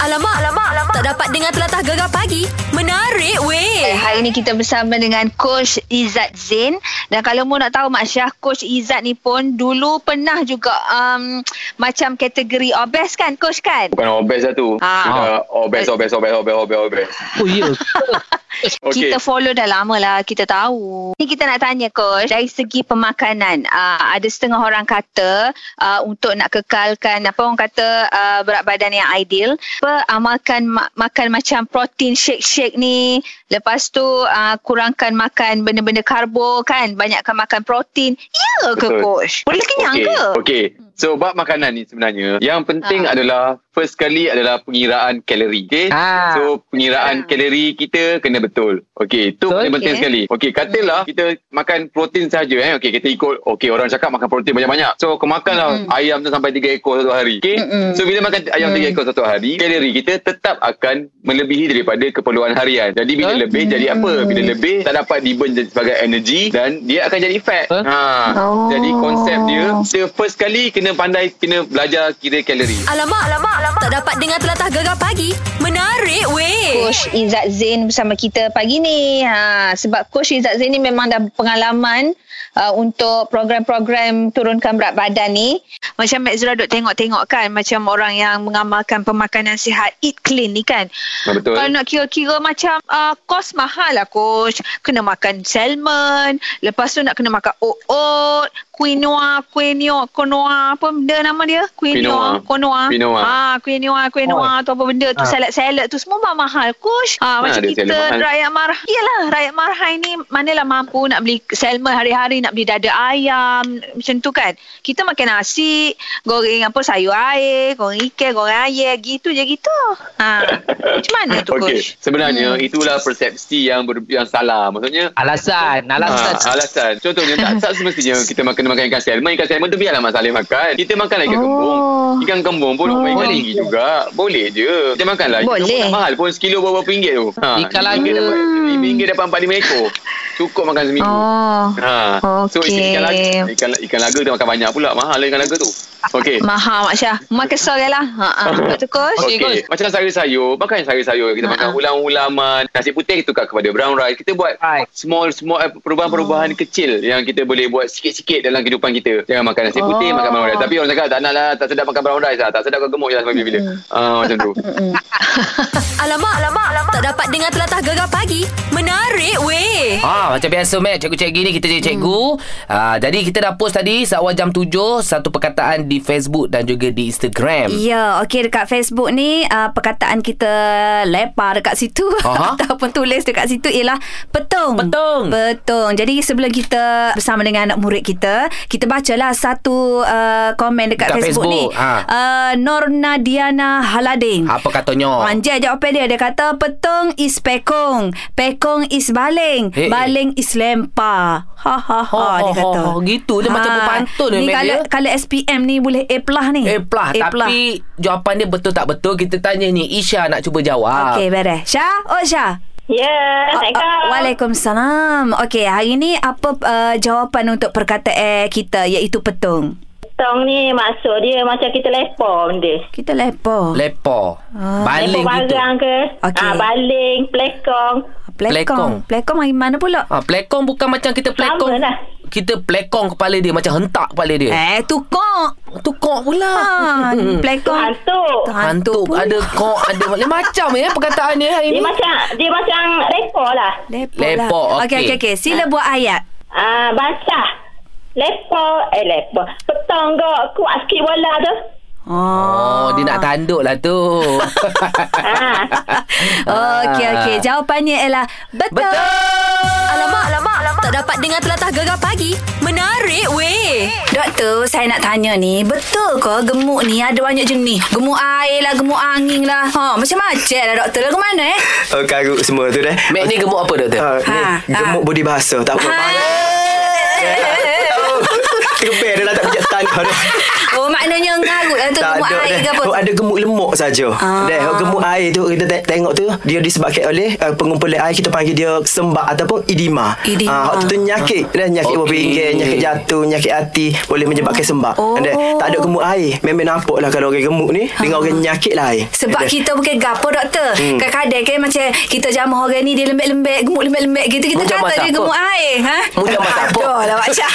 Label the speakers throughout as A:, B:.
A: alamak, alamak, alamak. Tak dapat dengar telatah gegar pagi. Menarik weh.
B: Eh, Hari ni kita bersama dengan Coach Izzat Zain dan kalau mu nak tahu Mak Syah, Coach Izzat ni pun dulu pernah juga um, macam kategori obes kan Coach kan?
C: Bukan obes lah tu.
B: Ah.
C: Ah. Obes, obes, obes, obes, obes, obes.
D: Oh ya
B: Okay. Kita follow dah lama lah, kita tahu. Ni kita nak tanya Coach, dari segi pemakanan, uh, ada setengah orang kata uh, untuk nak kekalkan apa orang kata uh, berat badan yang ideal, apa amalkan ma- makan macam protein shake-shake ni, lepas tu uh, kurangkan makan benda-benda karbo kan, banyakkan makan protein. Ya ke
C: Betul.
B: Coach? Boleh kenyang
C: okay.
B: ke?
C: Okay. So, bab makanan ni sebenarnya, yang penting
B: Ah.
C: adalah, first kali adalah pengiraan kalori. Okay?
D: ah. so,
C: So pengiraan
B: Ah.
C: kalori kita kena betul. Okey, itu
D: Betul. Hmm.
C: paling penting
B: Okey.
C: sekali. Okey, katalah kita makan protein saja eh. Okey, kita ikut okey orang cakap makan protein banyak-banyak. So kau makanlah
D: Hmm.
B: Mm-mm.
C: ayam tu sampai 3 ekor satu hari. Okey.
B: Mm-mm.
C: So bila makan ayam
B: Mm.
D: Hmm.
C: 3 ekor satu hari, kalori kita tetap akan melebihi daripada keperluan harian. Jadi bila
D: Betul. Hmm.
C: lebih jadi apa? Bila lebih tak dapat diburn jadi sebagai energy dan dia akan jadi fat.
D: Huh?
C: Ha.
B: Oh.
C: Jadi konsep dia,
D: Oh.
C: dia first kali kena pandai kena belajar kira kalori.
A: Alamak, alamak, alamak. Tak dapat dengar telatah gegar pagi. Menarik weh.
B: Coach Izzat Zain bersama kita pagi ni. Ha, sebab Coach Izzat Zain ni memang dah pengalaman uh, untuk program-program turunkan berat badan ni. Macam Mek Zura duk tengok-tengok kan. Macam orang yang mengamalkan pemakanan sihat, eat clean ni kan.
C: Ha, betul.
B: Kalau nak kira-kira macam uh, kos mahal lah coach. Kena makan salmon. Lepas tu nak kena makan oat, quinoa, quinoa, quinoa. Apa benda nama dia? Quinoa. Quinoa.
C: Quinoa.
B: Ah, quinoa, quinoa tu apa benda tu.
D: Ah.
B: Salad-salad tu semua mahal coach. Ah,
C: Ah,
B: macam
C: ada
B: kita
C: salad mahal.
B: rakyat marah. Yalah, rakyat marah ni manalah mampu nak beli salmon hari-hari, nak beli dada ayam. Macam tu kan. Kita makan nasi, goreng apa sayur air, goreng ikan, goreng air. Gitu je gitu. Ha. Macam mana tu
C: Okey,
B: coach? Hmm.
C: sebenarnya itulah persepsi yang ber, yang salah. Maksudnya
D: Alasan Alasan
C: Ha, alasan. Contohnya tak, tak semestinya kita makan kena makan ikan salmon. Ikan salmon tu biarlah Mak Saleh makan. Kita makan ikan
B: Oh.
C: kembung. Ikan kembung pun oh. ikan
D: Boleh.
C: tinggi juga. Boleh je. Kita makanlah. Ikan
B: Boleh.
C: kembung tak mahal pun sekilo berapa ringgit tu. Ha,
D: Ikan
C: RM5
D: laga.
C: dapat- RM5 dapat 45 ekor. Cukup makan seminggu.
B: Oh.
C: Ha. So
B: Okey.
C: ikan laga, ikan, ikan laga kita makan banyak pula. Mahal lah ikan laga tu. Okey.
B: Mahal Mak Syah. Mak kesal je lah. Ha, ha. Lepas tu coach.
D: Okey,
C: Okey,
D: Gus.
C: macam sayur-sayur, makan sayur-sayur. Kita
B: Ha,
C: makan
B: ha.
C: ulam-ulaman, nasi putih tukar kepada brown rice. Kita buat
D: Right.
C: small small eh, perubahan-perubahan kecil yang kita boleh buat sikit-sikit dalam kehidupan kita. Jangan makan nasi putih,
B: Oh.
C: makan brown rice. Tapi orang cakap tak nak lah, tak sedap makan brown rice lah. Tak sedap kau gemuk je lah sampai bila-bila. Ah, macam tu.
A: Alamak, alamak, alamak. Tak dapat dengar telatah gegar pagi. Menarik weh.
E: Ah, macam biasa Mac, cikgu-cikgu ni kita jadi
F: Hmm.
E: cikgu. Ah, jadi kita dah post tadi seawal jam 7 satu perkataan di Facebook dan juga di Instagram.
F: Ya, okey dekat Facebook ni uh, perkataan kita lebar dekat situ
E: Aha.
F: ataupun tulis dekat situ ialah petung.
E: Petung.
F: Petung. Jadi sebelum kita bersama dengan anak murid kita, kita bacalah satu uh, komen dekat,
E: Dekat
F: Facebook, ni.
E: Facebook, ha.
F: Uh, Norna Diana Haladin.
E: Apa katanya?
F: Anjay jawapan dia Dia kata Petung is pekong Pekong is baling
E: Eh, eh.
F: Baling is lempar Ha ha ha Dia
E: Ho, ho,
F: kata Ha. Ah,
E: ho, ho. Oh, Gitu dia macam berpantun
F: Ni
E: dia, ya? Mat,
F: kalau,
E: dia.
F: kalau SPM ni Boleh A plus ni
E: Eh pelah Tapi jawapan dia betul tak betul Kita tanya ni Isha nak cuba jawab
F: Okey, beres. Syah, oh Syah.
G: Ya, Assalamualaikum.
F: Ah, ah, Waalaikumsalam. Okey, hari ni apa uh, jawapan untuk perkataan kita iaitu petung?
G: Petong ni maksud dia macam kita lepak benda.
F: Kita lepo.
E: Lepo
F: Ah.
E: Baling
G: lepak
E: gitu
G: barang ke.
F: Okey.
G: Ah, baling, pelekong.
E: Pelekong.
F: Pelekong. Pelekong hari mana pula?
E: ha, Plekong bukan macam kita plekong
G: lah.
E: Kita plekong kepala dia Macam hentak kepala dia
F: Eh, tukok.
E: Tukok pula
F: Ah, pelekong.
G: Hantu.
E: Hantu
F: pula.
E: ada kok ada lain macam ya perkataan dia hari
G: Dia
E: ni.
G: macam dia macam lepak lah.
F: Lepo
E: Lepak,
F: lah.
E: okey.
F: Okey, okey, okey. Sila buat ayat.
G: Ah, basah. Lepak, eh lepak. Petong kok kuat sikit bola tu.
E: Oh, dia nak tanduk lah tu.
G: Ah.
F: Okey, okey. Jawapannya ialah betul.
E: Betul.
A: Alamak, alamak, alamak. Tak dapat dengar telatah gegar pagi. Menarik weh.
F: Doktor, saya nak tanya ni, betul ke gemuk ni ada banyak jenis? Gemuk air lah, gemuk angin lah. Ha, macam-macam lah doktor lah. Ke mana eh?
H: Oh, karut semua tu dah.
E: Mac ni gemuk apa doktor?
H: Ha, ni
F: Ha,
H: gemuk body bahasa. Tak apa.
F: Ha.
H: Tergebel dah tak pijak tak ada dah.
F: Oh maknanya ngarut lah tu
H: tak
F: gemuk
H: ada
F: air
H: dah.
F: ke apa
H: Oh,
F: tu.
H: ada gemuk lemuk saja.
F: Ah.
H: Dah oh, gemuk air tu kita te- tengok tu dia disebabkan oleh uh, pengumpulan air kita panggil dia sembak ataupun edema.
F: Edema.
H: Ah, hak tu nyakit dah nyakit okay.
E: Okey.
H: berpinggir, nyakit jatuh, nyakit hati boleh menyebabkan sembak.
F: Oh.
H: Dah tak ada gemuk air. Memang nampak lah kalau orang gemuk ni dengan orang nyakit lah air.
F: Sebab
H: Dah.
F: kita bukan gapo doktor. Hmm. Kadang-kadang kan macam kita jamah orang ni dia lembek-lembek, gemuk lembek-lembek gitu kita
E: Mu jamah
F: kata dia
E: siapa?
F: gemuk air, ha?
E: Mu jamah siapa?
F: Aduh lah Pak Syah.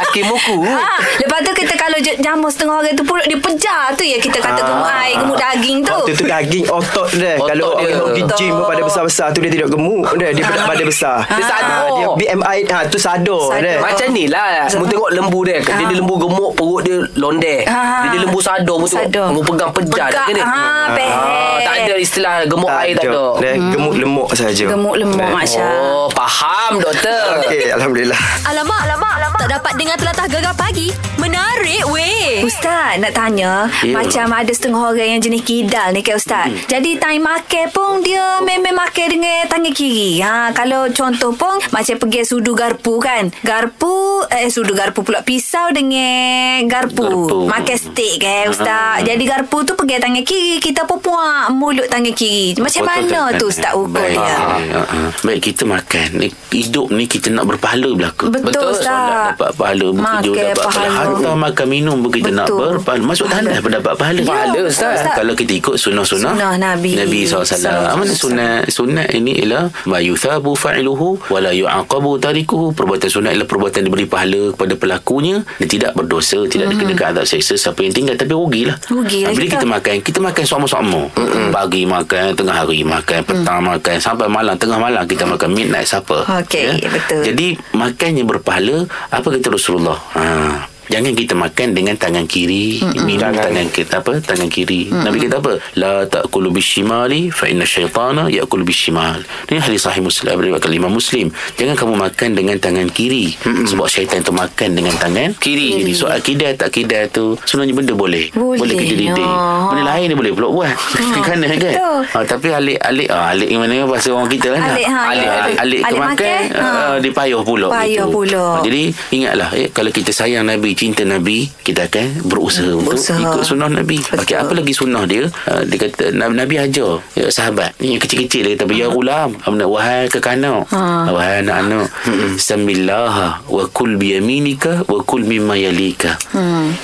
E: Laki muku.
F: Ha, lepas tu kita kalau je- jamah setengah orang tu perut dia pejar tu ya kita kata
H: Ah.
F: gemuk air, gemuk daging tu.
H: Waktu tu daging otot dia
E: Otot
H: Kalau
E: dia.
H: orang pergi gym
F: Otot.
H: pada besar-besar tu Dia tidak gemuk dia Dia berat badan besar
E: Dia sadar.
H: Ah, Dia BMI ha, Tu sadar dia
E: Macam ni lah Mu tengok lembu dia Dia ada lembu gemuk Perut dia londek
F: Ah.
E: Dia ada lembu sadar Mu
F: Sadar.
E: tengok Mu pegang pejar
F: Pegak,
E: dia ni.
F: ah,
E: Ah, Tak
F: peh.
E: ada istilah Gemuk air tak ada
H: Dia Gemuk lemuk saja
F: Hmm. Gemuk lemuk Mak Syah.
E: Oh faham doktor
H: Okey Alhamdulillah
A: Alamak, alamak, alamak. Tak dapat dengar telatah gegar pagi. Menarik weh.
F: Ustaz nak tanya
E: Ya.
F: Macam ada setengah orang yang jenis kidal ni kan Ustaz hmm. Jadi time makan pun dia memang makan dengan tangan kiri ha, Kalau contoh pun macam pergi sudu garpu kan Garpu, eh sudu garpu pula pisau dengan garpu,
E: Garpu.
F: garpu. Makan steak kan Ustaz Jadi garpu tu pergi tangan kiri Kita pun puak mulut tangan kiri Macam mana tu Ustaz Ya. ukur
D: Baik.
F: dia
D: kan, Ah, ah. Baik kita makan. Ni- Hidup ni kita nak berpahala belaka.
F: Betul,
E: Betul,
F: Ustaz
D: Solat dapat pahala, bekerja
F: Makan
D: dapat pahala.
F: pahala.
D: Harta makan minum bekerja
F: Betul.
D: nak berpahala. Masuk
F: Pahala.
D: tanah pun dapat pahala.
F: Ya,
E: Pahala, Ustaz.
F: Ustaz.
D: Kalau kita ikut sunnah-sunnah
F: Sunnah Nabi.
D: Nabi SAW.
F: Sallallahu
D: Apa
F: alaihi
D: maksud sunnah? Sunnah ini ialah ma yuthabu fa'iluhu wa la yu'aqabu tarikuhu. Perbuatan sunnah ialah perbuatan diberi pahala kepada pelakunya dan tidak berdosa, tidak dikenakan azab seksa siapa yang tinggal tapi rugilah.
F: Rugilah
D: Bila
F: kita.
D: kita makan kita makan sama-sama pagi makan tengah hari makan petang makan sampai malam tengah malam kita makan midnight supper
F: Okey, betul.
D: Ya. jadi makan yang berpahala apa kata Rasulullah ha Jangan kita makan dengan tangan kiri, minum tangan kita apa? Tangan kiri. Nabi kata apa? La ta'kulu bishimali fa inna syaitana ya'kulu bishimal. Ini hadis sahih Muslim eh, riwayat Imam Muslim. Jangan kamu makan dengan tangan kiri sebab syaitan tu makan dengan tangan kiri. Jadi soal akidah tak akidah tu sebenarnya benda boleh.
F: Boleh,
D: boleh kita didik.
F: ya. Ah,
D: Benda lain dia boleh pula buat. Kan kan?
F: betul.
D: Ha, tapi alik-alik ah alik yang mana bahasa orang kita lah. nak.
F: Alik, ha, ya.
D: alik, alik, alik,
F: Alik
D: kemakan
F: makan, ha.
D: ah, dia payah pula.
F: Payah
D: gitu.
F: pula.
D: Ah, Jadi ingatlah eh, kalau kita sayang Nabi, cinta Nabi, kita akan berusaha untuk
F: Berusaha.
D: ikut sunnah Nabi.
F: Betul.
D: Okey, apa lagi sunnah dia? Ah, dia kata Nabi, Nabi ajar ya, sahabat ni yang kecil-kecil dia kata ya gulam, amna wahai kekanak, wahai anak-anak, samillaha wa kul bi yaminika wa kul mimma yalika.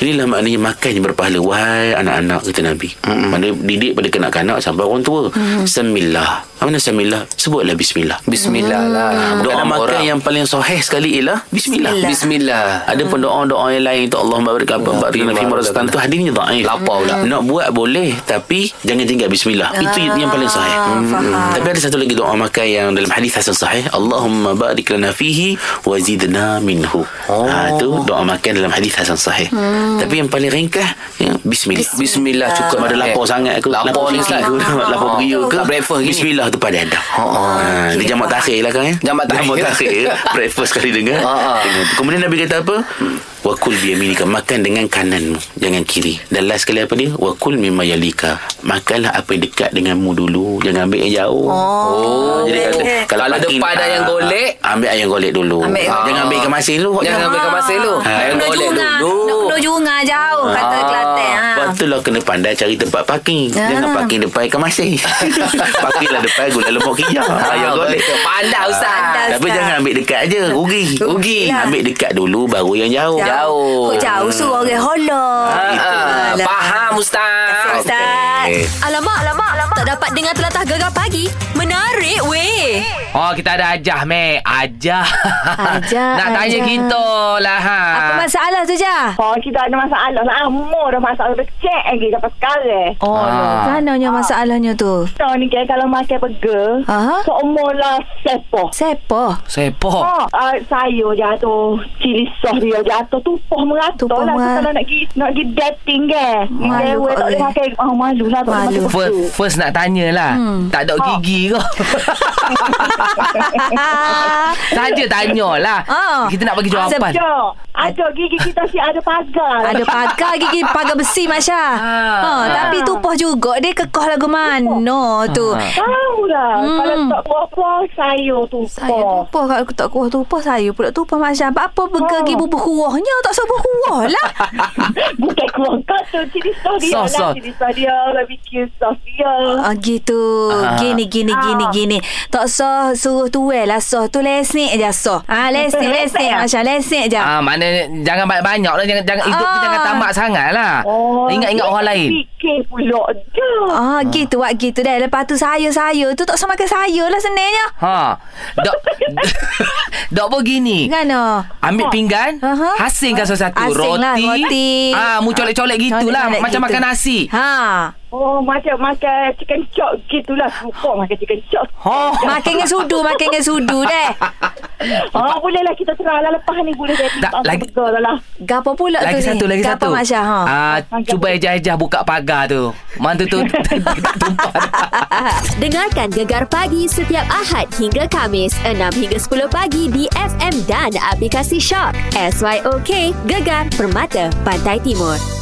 D: Inilah maknanya makan yang berpahala wahai anak-anak kata Nabi. Maknanya didik pada kanak-kanak sampai orang tua. Semillah. Apa makna semillah? Sebutlah bismillah.
E: Bismillah lah
D: Doa
E: Kadang
D: makan
E: orang-
D: yang paling sahih sekali ialah bismillah.
E: Bismillah Hmm.
D: Ada pun doa-doa yang lain tu Allah barik apa barik
E: Allah
D: nafi marastan tu hadisnya dhaif. Hmm.
E: Lapar pula. Ah,
D: Nak buat boleh tapi jangan tinggal bismillah. Itu yang paling sahih. Hmm.
F: faham.
D: Tapi ada satu lagi doa makan yang dalam hadis hasan sahih, Allahumma barik lana fihi wa zidna minhu.
E: Oh.
D: Ha tu doa makan dalam hadis hasan sahih. Tapi yang paling ringkas ya, bismillah.
E: Hmm. Bismillah cukup
D: Ada lapar sangat ke
E: Lapar ni, Ustaz.
D: sikit ke Lapar
E: Ah.
D: beria ke
E: Tak breakfast gini.
D: Bismillah tu pada ada ha, Dia jamak takhir lah kan ya?
E: Jamak takhir.
D: Jamak takhir Breakfast kali dengar
E: Ah, ah.
D: Dengan tu. Kemudian Nabi kata apa
E: Hmm.
D: Wakul biyaminika Makan dengan kananmu Jangan kiri Dan last sekali apa dia Wakul mimma yalika Makanlah apa yang dekat denganmu dulu Jangan ambil yang jauh
E: Oh
D: Jadi kalau,
E: Kalau ada
D: makin,
E: depan
D: ah,
E: ayam golek
D: Ambil ayam golek dulu
F: Ambil.
D: Ah. Jangan ambil kemasin dulu
E: Jangan ambil kemasin dulu
D: Ah.
E: Ayam
F: Nak
E: golek
F: jungah
E: dulu
F: Nak kena jungah jauh Kata
E: Ah,
F: Kelantan ha.
D: Lepas tu lah kena pandai cari tempat parking.
F: Ah.
D: Jangan parking depan ikan masin. Parkinglah depan gula lemak kijang.
E: Ah,
D: Ayam golek.
E: betul. Pandai Ustaz
F: Pandai.
D: Tapi
F: Ustaz.
D: jangan ambil dekat je Rugi
E: Rugi.
D: Rugi Ambil dekat dulu Baru yang jauh
E: Jauh.
F: Kau jauh suruh orang holok
E: Ah, Eh.
F: Alah.
E: Faham Ustaz
F: Terima kasih, Ustaz.
E: Okey.
A: Alamak, alamak, alamak. Tak dapat dengar telatah gegar pagi. Menarik
F: Eh.
A: weh.
E: Oh kita ada Ajah Mek Ajah
F: Ajah,
E: Nak tanya
F: Ajah.
E: kita lah ha.
F: Apa masalah tu Jah?
G: Oh, kita ada masalah. Lama dah masalah becek lagi sampai sekarang.
F: Oh,
E: Ah.
F: ah. kananya masalahnya tu.
G: Kita ni kan kalau makan burger,
F: Aha.
G: seumur lah sepoh.
F: Siapa?
E: Sepoh
G: Oh, uh, sayur jatuh, cili sos dia jatuh, tumpah merata
F: Tumpah
G: lah.
F: merata.
G: Merata. Kalau nak pergi, nak pergi dating kan.
F: Malu
G: Dewa
F: kat
G: tak boleh
F: orang.
G: makan. Oh, malu lah. Tak boleh
F: Malu.
G: makan
E: First,
G: burger.
E: first Just nak tanyalah. Hmm. Tak ada gigi
F: Oh.
E: ke? Saja tanyalah.
F: Ah.
E: Kita nak bagi jawapan.
G: Ada. Ada gigi kita si ada pagar.
F: Ada pagar gigi pagar besi Masya.
E: Ah.
F: Ha, tapi tupoh juga dia kekoh lagu mana tu.
E: Ah.
G: Tahu lah. Hmm. Kalau tak buah-buah, sayur tu.
F: Saya tupoh kalau aku tak kuah tupoh saya pula tupoh Masya. Apa pergi
G: Oh.
F: bubuh kuahnya tak sebuah kuah lah.
G: Bukan keluar kau tu. Ciri sos dia
E: Sos, sos.
G: lah. Ciri sos dia. Lah bikin sos dia.
F: Ah, gitu.
E: Ah.
F: Gini, gini, gini,
G: Ah.
F: gini. Tak sah suruh tuai lah sah. Tu lesik je sah. Ah, lesik, lesik. Masya lesik je.
E: Ah, maknanya jangan banyak-banyak lah. Jangan, jangan, hidup tu
F: Ah.
E: jangan tamak sangat lah.
F: Oh.
E: Ingat-ingat
G: Oh, dia
E: orang lain.
G: Fikir pula je.
F: Ah, gitu wak gitu dah. Lepas tu saya-saya tu tak sama ke saya lah sebenarnya.
E: Ha. Dok, dok pun gini.
F: Kan ah.
E: Ambil pinggan
F: Aha.
E: Asingkan sesuatu
F: Uh-huh. Asing
E: Roti
F: lah, roti.
E: Ah, Mu colek-colek gitulah
F: Colek-colek
E: Macam
F: gitu.
E: makan nasi
F: Ha.
G: Oh, macam makan chicken chop gitulah. Suka makan chicken chop.
F: Ha.
E: Oh.
F: Makin dengan sudu, makin dengan sudu deh.
G: Oh, bolehlah kita terang lah. Lepas ni boleh jadi.
E: Tak,
G: Tak,
E: lagi-
G: lagi. Lah.
F: Gapo pula
E: Lagi
F: tu
E: satu
F: ni?
E: Lagi
F: Gapo
E: satu
F: Masya ha.
E: Ah, Cuba ejah-ejah Buka pagar tu Mantu tu Tumpah
I: Dengarkan Gegar Pagi setiap Ahad hingga Kamis 6 hingga 10 pagi di FM dan aplikasi Shock. SYOK Gegar Permata Pantai Timur.